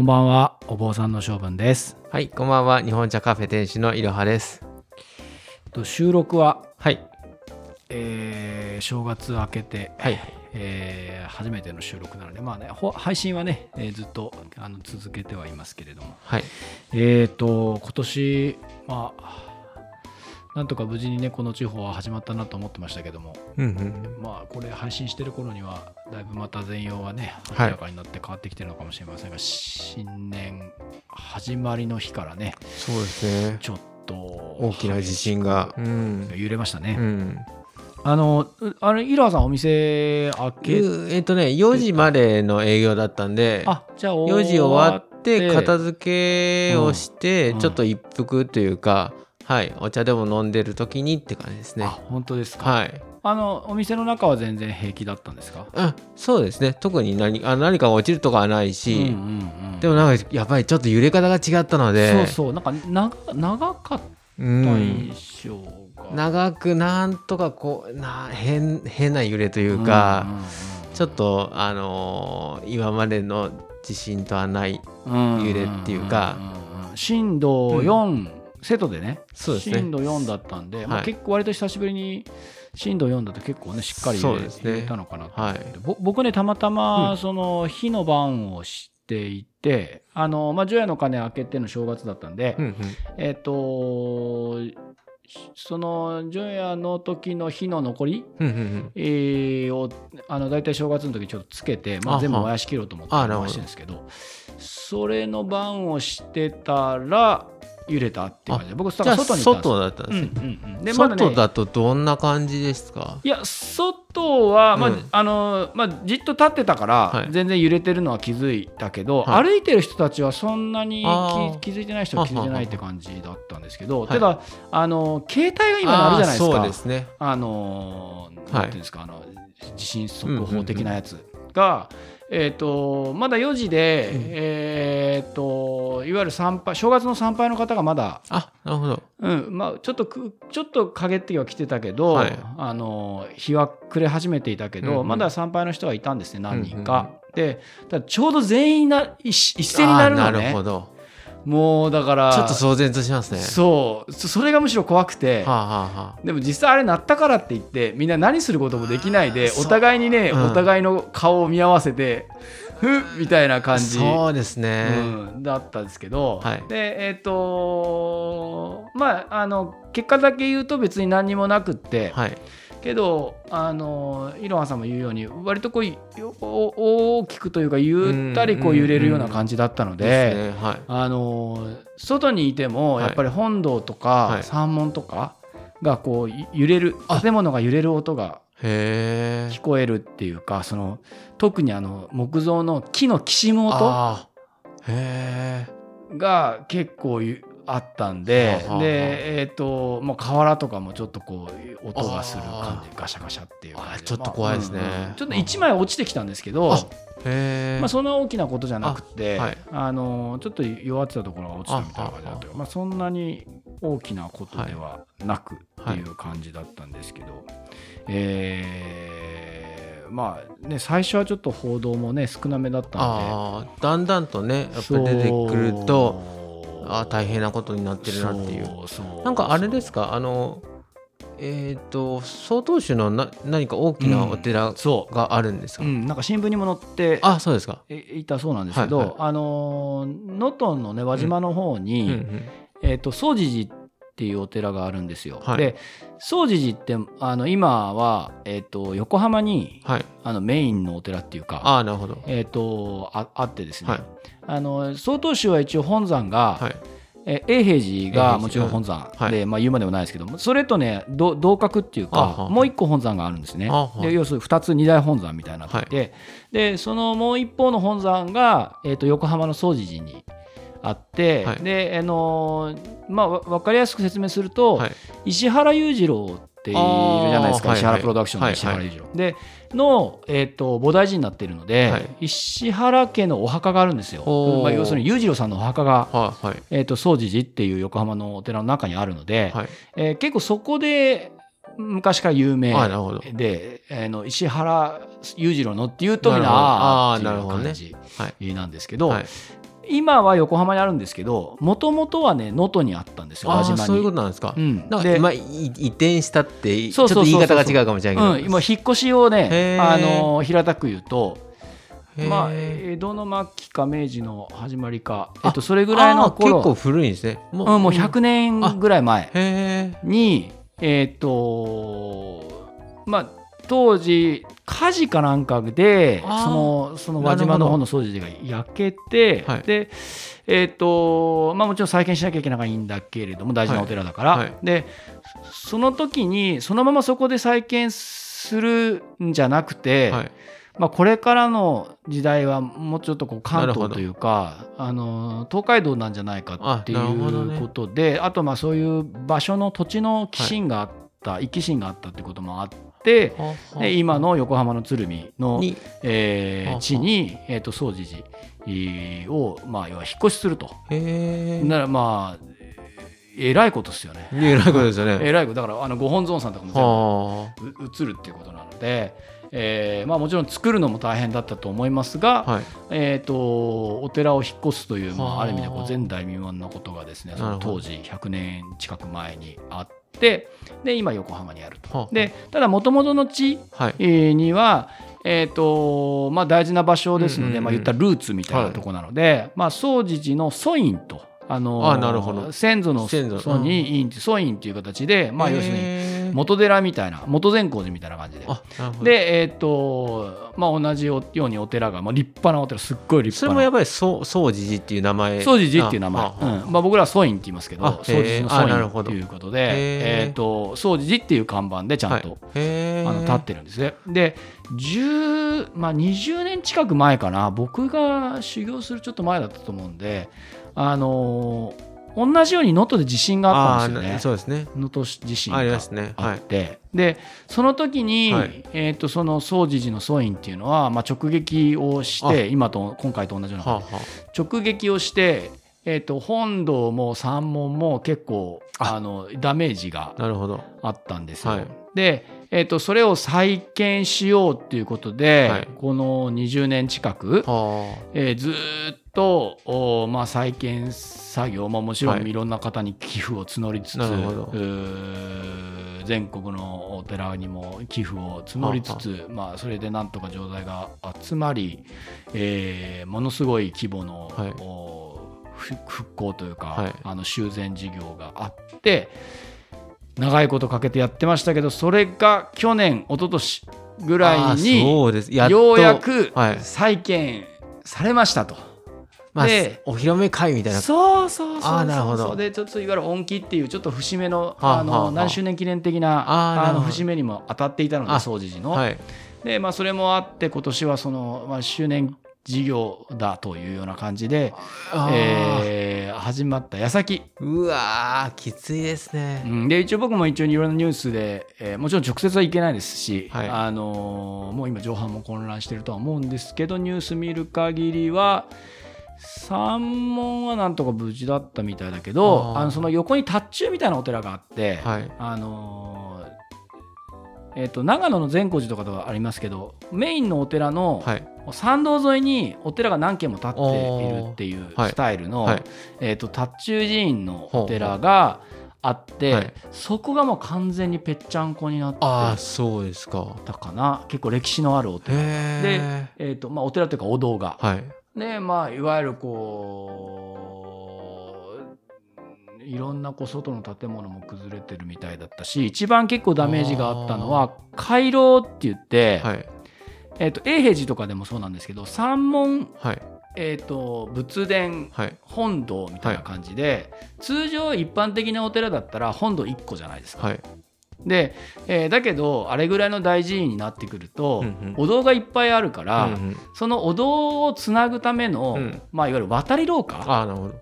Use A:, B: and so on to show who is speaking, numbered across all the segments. A: んばんは、お坊さんの性分です。
B: はい、こんばんは。日本茶カフェ店主のいろはです。
A: と収録は、
B: はい。
A: えー正月明けて、
B: はい。
A: えー初めての収録なので、まあね、ほ配信はね、えーずっとあの続けてはいますけれども、
B: はい。
A: えーと、今年、まあ、なんとか無事にね、この地方は始まったなと思ってましたけども、
B: うんうん。
A: まあ、これ配信してる頃には、だいぶまた全容はね、明らかになって変わってきてるのかもしれませんが、新年始まりの日からね、
B: そうですね。
A: ちょっと大
B: 大きな地震が。うん。
A: 揺れましたね。
B: うん。
A: あの、うあれ、イラーさんお店開け、
B: うえっとね、4時までの営業だったんで、
A: あ、じゃあ
B: 4時終わって、片
A: 付
B: 付けをして、
A: うん
B: ちょっと一服というか、はい、お茶でも飲んでる時にって感じです
A: け。あ、
B: ね。
A: 本当ですか。
B: はい。
A: あの、お店の中は全然平気だったんですか
B: あ、そうですね。特に何あ何かが落ちるとかはない
A: うんう
B: し、
A: んうん
B: でもなんか、やっぱりちょっと揺れ方が違ったので、
A: そうそう、なんか長長かった
B: うん
A: 印象が。ん
B: 長くなんとかこうな変変な揺れというか、ちょっとあのー今までの地震とはない
A: 揺
B: 揺れっていうか
A: 震度4、セットでね
B: そうですね
A: 震度4だったんで、まあ、
B: はい
A: 結構割と久しぶりに震度4だと結構ねしっかり
B: そ
A: 揺
B: う
A: れ,、
B: ですね
A: たのかなと
B: はい
A: ぼ僕ねたまた
B: う
A: ま
B: ん
A: その火の晩をしていて、あのまあ除夜の鐘明けての正月だったんで、
B: うんうん
A: えっ、とその除夜の時の火の残り、
B: うんうんうん
A: えーをあの大体正月の時ちょっとつけて、ま
B: あ
A: あ、
B: は
A: 全部燃やし切ろうと思って
B: あなるほど
A: 燃やしてるんですけどそれの番をしてたら揺れたっていう感じで僕だ
B: じ
A: から
B: ゃあ
A: 外にいたんですよ
B: 外だったん
A: う
B: ですね、
A: んうんうんでまだ
B: 外
A: ね
B: だとどんな感じですか
A: いや外は、まあ
B: うん
A: あのまあ、じっと立ってたから、
B: はい
A: 全然揺れてるのは気づいたけど、
B: はい
A: 歩いてる人たちはそんなに
B: あー
A: 気気づいてない人は気づいてないって感じだったんですけど、
B: い
A: ただあの携帯が今あるじゃないですか。
B: あーそうですね
A: あのー
B: はい
A: なんていうんですか、あの地震速報的なやつが、えー、とまだ4時で、
B: うん
A: えー、といわゆる参拝正月の参拝の方がまだ、
B: あなるほど
A: うんまあ、ちょっとくちょっと陰っては来てたけど、
B: はい
A: あのー日は暮れ始めていたけど、
B: うんうん
A: まだ参拝の人はいたんですね何人
B: うん
A: か。
B: うん
A: でただちょうど全員な一一斉になる
B: あ
A: の
B: ーなる
A: ね
B: ほど
A: もうだから
B: ちょっと騒然としますね
A: そうそそれがむしろ怖くて。
B: はあ、はあは
A: でも実際あれ鳴ったからって言ってみんな何することもできないで
B: そう
A: お互いにね、
B: うん
A: お互いの顔を見合わせてふっみたいな
B: あ、
A: 感じ、
B: そうですね、
A: うんだったんですけど、
B: はい
A: でえっ、とまああの結果だけ言うと別に何にもなくって、
B: はい
A: けどあのいろはさんも言うように割とこういお大きくというかゆったりこう揺れるような感じだったので。
B: ですねはい
A: あのー外にいても
B: はい
A: やっぱり本堂と
B: は
A: か
B: い
A: 山門とかがこうゆ揺れる
B: あ
A: 建物が揺れる音が
B: へえ
A: 聞こえるっていうかその特にあの木造の木のきしむ音
B: あーへえ
A: が結構ゆあったんで
B: はあはあ
A: でえっ、ともう瓦とかもちょっとこう音がする感
B: あ
A: じガシャガシャっていう感じで
B: あちょっと怖いですね
A: まあうんうんちょっと1枚落ちてきたんですけど
B: あへえ、
A: まあ、そんな大きなことじゃなくてあ、
B: あはい
A: のちょっと弱ってたところが落ちたみたいな感じだったけどまあ、そんなに大きなことではなくって
B: はい
A: いう感じだったんですけど、えーまあね最初はちょっと報道もね少なめだったんで。
B: ああだんだんとねやっぱ
A: そう
B: り出てくるとああ大変なことになってるなっていう
A: そうそう
B: なんかあれですかあのえっ、と曹洞宗のな何か大きなお寺
A: そ
B: があるんです
A: う、
B: か、
A: うん、なんか新聞にも載って
B: あそうですか、
A: えいたそうなんですけど、
B: はいはい
A: あの能登のね輪島の方
B: う
A: に、
B: んうん、
A: えー、と総持寺っていうお寺があるんですよ。
B: はい
A: で総持寺ってあの今は、えー、と横浜に
B: はい
A: あのメインのお寺っていうか
B: ああなるほど
A: えー、とああってですね、
B: はい
A: あの曹洞宗は一応本山が、
B: はい
A: えー永平寺
B: 永平
A: が
B: 寺
A: もちろん本山
B: うんはい
A: で、まあ、言うまでもないですけどもそれとねど同格っていう
B: あ
A: か
B: は
A: もう一個本山があるんですね
B: あは
A: で要するに2つ二大本山みたいになってて、でそのもう一方の本山が、えー、と横浜の総持寺にあって、
B: はい
A: であのーまあわ分かりやすく説明すると、
B: はい
A: 石原裕次郎っているじゃないですか
B: あー
A: 石
B: はいは
A: 原
B: い
A: プロダクションの
B: はいはい
A: 石原裕次郎、での、えー、と菩提寺になってるので、
B: はい
A: 石原家のお墓があるんですよ、
B: おー
A: まあ、要するに裕次郎さんのお墓が
B: はいはい
A: えー、と総持寺っていう横浜のお寺の中にあるので、
B: はい
A: えー結構そこで昔から有名
B: ああなるほど
A: で、えーの石原裕次郎のっていうとみんな
B: なるほど
A: あー
B: あー
A: っていう
B: なるほどね
A: 感じ
B: は
A: なんですけど、
B: はい
A: 今は横浜にあるんですけどもともとはね能登にあったんですよ
B: あ
A: 輪
B: あ
A: 島に
B: そういうことなんですか
A: う。ん
B: なんか
A: で
B: まあい移転したってちょ
A: そ
B: っ
A: うそ
B: と
A: うそう
B: 言
A: そう
B: い方が違うかもしれな
A: うん、
B: いけ
A: 今
B: ど。
A: 引っ越しを
B: へ
A: ね、
B: ー
A: あの平たく言うと、
B: へー
A: まあ、江戸の末期か明治の始まりか、えっと、それぐらいの
B: あー結構
A: 頃、
B: 古いんですね。も
A: うん、もう100年ぐらい前
B: へえ。
A: に、えっと、まあ、当時火事かなんかでそ
B: あー
A: のその輪島の方の掃除が焼けて、
B: はい
A: でえっ、とまあもちろん再建しなきゃいけないんだけれども大事なお寺だから、
B: はいはい
A: でその時にそのままそこで再建するんじゃなくて、
B: はい。
A: まあ、これからの時代はもうちょっとこう関
B: なるほ
A: 東
B: ど
A: というかあの東海道なんじゃないかってい
B: あなるほど
A: う
B: ね
A: ことであ,、とまあそういう場所の土地の寄進があった、一寄進があったってこともあって。
B: はあはあ
A: で今の横浜の鶴見の、
B: に
A: えー
B: はあはあ
A: 地に、えー、と総持寺えーを、まあ、要は引っ越しすると。
B: へえ。
A: ならまあえらいことですよね。
B: えらいことですよ
A: え
B: ね。
A: らいことだからあのご本尊さんとかも全部
B: は
A: う移るっていうことなので、えーまあ、もちろん作るのも大変だったと思いますが、
B: あ。はい。
A: えー、とお寺を引っ越すという、ま
B: はあ
A: あ、ある意味でこう前代未聞のことがですねそ
B: なる
A: の
B: ほど
A: 当時100年近く前にあってで今横浜にあると。
B: はあ
A: でただ元々の地
B: はい。
A: えーには、えーとまあ、大事な場所ですので、
B: うんうんうん
A: まあ、言ったらルーツみたいなとこなので、まあ、総持寺の祖院と。あのー
B: あなるほど
A: 先祖の
B: 先祖
A: 祖に院祖院という形で、まあ、要するに
B: に
A: 元寺みたいな元善光寺みたいな感じで。
B: あ、なるほど。
A: でえーっとまあ、同じようにお寺が、まあ、立派なお寺すっごい立
B: それもや
A: 派
B: っぱりそう総持寺っていう名前。
A: な総持寺っていう名前
B: ああ
A: うんまあ、僕らは総院って言いますけど
B: あ
A: 総持寺の
B: へーあなる
A: 総
B: ほ
A: 院
B: ど
A: ということ
B: へ
A: で
B: ー
A: えーっと総持寺っていう看板でちゃんと、
B: はいへー
A: あの立ってるんですねで10、まあ、20年近く前かな僕が修行するちょっと前だったと思うんで、あのー同じように能登で地震があったんですよ
B: あーな
A: ね
B: そうですね。
A: 能登地震が
B: ありますね。
A: あ
B: は
A: っ
B: い。
A: て、でその時に、
B: はい
A: えー、とその総持寺の総院っていうのは、まあ、直撃をし
B: あ
A: て今と今回と同じような
B: はあ
A: 感じ
B: は
A: 直撃をして、えー、と本堂も三門も結構
B: あ
A: あのダメージが
B: あ。なるほど。
A: あったんですよ。
B: はい
A: で、えー、とそれを再建しようっていうことで、
B: はい
A: この20年近く、
B: は
A: えーずーっとおーまあ、再建作業ももちろ
B: は
A: ん
B: い
A: いろんな方に寄付を募りつつ、
B: なるほど
A: うー全国のお寺にも寄付を募りつつまあ、それでなんとか錠剤が集まり、えーものすごい規模の、
B: はい
A: おふ復興というか、
B: はい
A: あの修繕事業があって長いことかけてやってましたけどそれが去年一昨年ぐ
B: ぐ
A: らいに。
B: そうです。っと
A: ようやく
B: はい
A: 再建されましたと。
B: まあ
A: で、
B: お披露目会みたいな。
A: そうそうそうそ
B: あ
A: う
B: ーなるほ
A: そ
B: ど
A: うでちょっといわゆる恩紀っていうちょっと節目の
B: はあ
A: あの、
B: はあはあ
A: 何周年記念的な
B: あーな
A: あ
B: るほ
A: の
B: ど
A: 節目にも当たっていたの
B: あ
A: で総除寺の。
B: はい。
A: でまあそれもあって今年はその、まあ、周年事業だというような感じで、
B: あー
A: えー始まった矢先、
B: うわー、きついです
A: う
B: ね。
A: ん、で一応僕も一応いろんなニュースで、えーもちろん直接はいけないですし、
B: はい
A: あのーもう今上半も混乱してるとは思うんですけどニュース見る限りは三門はなんとか無事だったみたいだけど
B: あー
A: あのその横に達中みたいなお寺があって、
B: はい。
A: あのーえっと長野の善光寺とかとはありますけどメインのお寺の、
B: はい。
A: 参道沿いにお寺が何軒も建っているっていう
B: おーはい
A: スタイルの、
B: はい
A: えー、と達中寺院のお寺があって、
B: はい
A: そこがもう完全にぺっちゃんこになって
B: ああ、そうですか。
A: たかな結構歴史のあるお寺、
B: へえ。
A: えーとまあ、お寺というかお堂が、
B: はい。
A: ねまあ、いわゆるこういろんなこう外の建物も崩れてるみたいだったし一番結構ダメージがあったの
B: あ
A: は回廊って言って、
B: はい。
A: えー、と永平寺とかでもそうなんですけど三門
B: はい。
A: えー、と仏殿
B: はい。
A: 本堂みたいな感じで、通常一般的なお寺だったら本堂1個じゃないですか。
B: はい。
A: で、えーだけどあれぐらいの大寺院になってくると、
B: うんうん
A: お堂がいっぱいあるから、
B: うんうん
A: そのお堂をつなぐための、
B: うん
A: まあ、いわゆる渡り廊下
B: ああ、なるほど。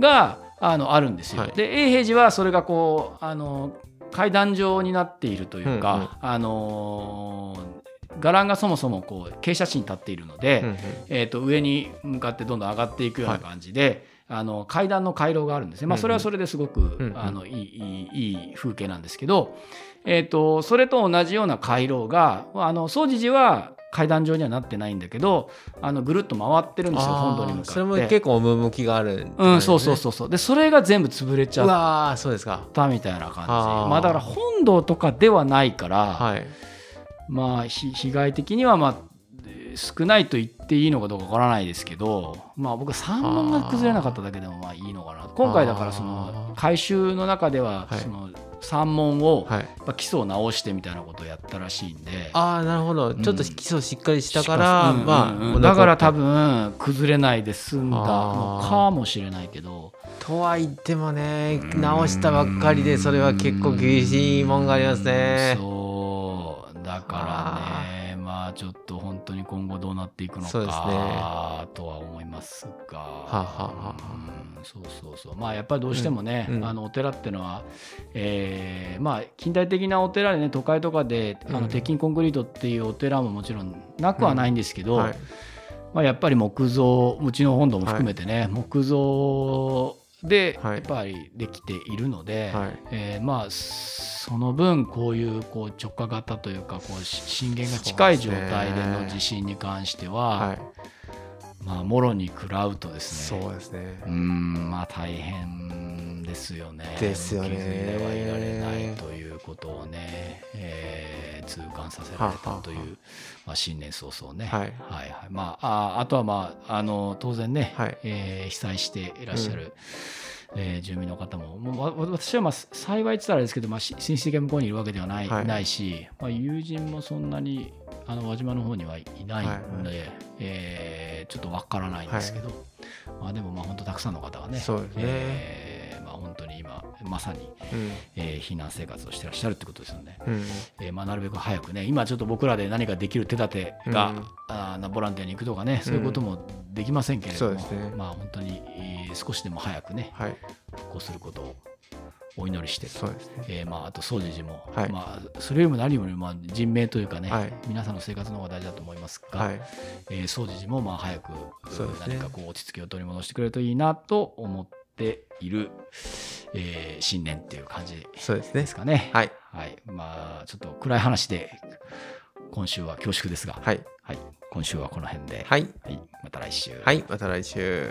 A: があのあるんですよ。
B: はい
A: で永平寺はそれがこうあの階段状になっているというか、あのー伽藍がそもそもこう傾斜地に立っているので。
B: うんうん
A: えー、と上に向かってどんどん上がっていくような感じで、あの階段の回廊があるんですね、まあ、それはそれですごく、
B: うんうん
A: あのいいいいいい風景なんですけど、えー、とそれと同じような回廊があの総持寺は階段状にはなってないんだけどあのぐるっと回ってるんですよ本堂に向かって
B: それも結構趣があるんだよね、
A: うん、そうそうそうそうでそれが全部潰れち
B: う
A: ゃっ
B: わーそうですか
A: たみたいな感じ
B: あー
A: まあ、だから本堂とかではないから、
B: はい
A: まあひ被害的にはまあえー少ないと言っていいのかどうかわからないですけど、まあ、僕3問が崩れなかっただけでもまあいいのかな今回だからその
B: あー
A: 改修の中では
B: はい
A: その3問を
B: はい
A: まあ基礎を直してみたいなことをやったらしいんで。
B: ああなるほど、
A: ん
B: ちょっと基礎しっかりしたから
A: しかしうんうんう
B: まあ
A: んだから
B: 残
A: 多
B: っ
A: 分崩れないで済んだの
B: あー
A: かもしれないけど
B: とは言ってもね直したばっかりでそれは結構厳しいもんがありますね
A: そうだからねまあちょっと本当に今後どうなっていくの
B: そうです
A: か
B: ね
A: とは思いますが
B: あはあは
A: うんそうそうそうまあやっぱりどうしてもね、
B: うんうん
A: あのお寺ってのは、えーまあ近代的なお寺でね都会とかであ
B: う
A: の
B: ん
A: 鉄筋コンクリートっていうお寺ももちろんなくはないんですけど、
B: はい
A: まあ、やっぱり木造うちの本堂も含めてね、木造で
B: はい
A: やっぱりできているので、
B: はい
A: えーまあその分こういうこう直下型というかこうし震源が近い状態で
B: そうです
A: の
B: ね
A: 地震に関しては、
B: はい
A: まあもろに食らうとですね
B: そうですね
A: うーんまあ大変ですよね。
B: ですよね
A: 受け継いではいられないということをね、えー痛感させられたという
B: はあはあは
A: まあ、新年早々ね。
B: はい
A: はいはいまあ、ああとは、まあ、あの当然ね、
B: はい
A: えー被災していらっしゃる、えー住民の方ももうわわ私は、まあ、幸いって言ったらあれですけど、まあ、し親戚が向こうにいるわけではない,、
B: はい
A: ないし、まあ、友人もそんなにあの輪島の方にはいないので、えーちょっとわからないんですけど、まあ、でもまあ本当たくさんの方がね
B: そうですね
A: えーまあ、本当に今まさに、えー避難生活をしてらっしゃるってことですよね。
B: うん、うん、
A: えーまあ、なるべく早くね、今ちょっと僕らで何かできる手立てが、
B: うん
A: あーなボランティアに行くとかね、そういうこともできませんけれども、
B: うんそうですね
A: まあ、本当に、えー少しでも早くね、
B: はい
A: 復興することをお祈りして、
B: そうですね
A: えーまあ、あと総除寺も、
B: はい
A: まあ、それよりも何よりも、まあ、人命というかね、
B: はい
A: 皆さんの生活の方が大事だと思いますが、
B: はい
A: えー総除寺もまあ早く
B: そうですね
A: 何かこう落ち着きを取り戻してくれるといいなと思っている、えー新年っていう感じ
B: そうです
A: で
B: ね
A: すかね。
B: はい
A: はい、まあちょっと暗い話で今週は恐縮ですが、
B: はい
A: はい、今週はこの辺で、
B: はい
A: はいまた来週。
B: はいまた来週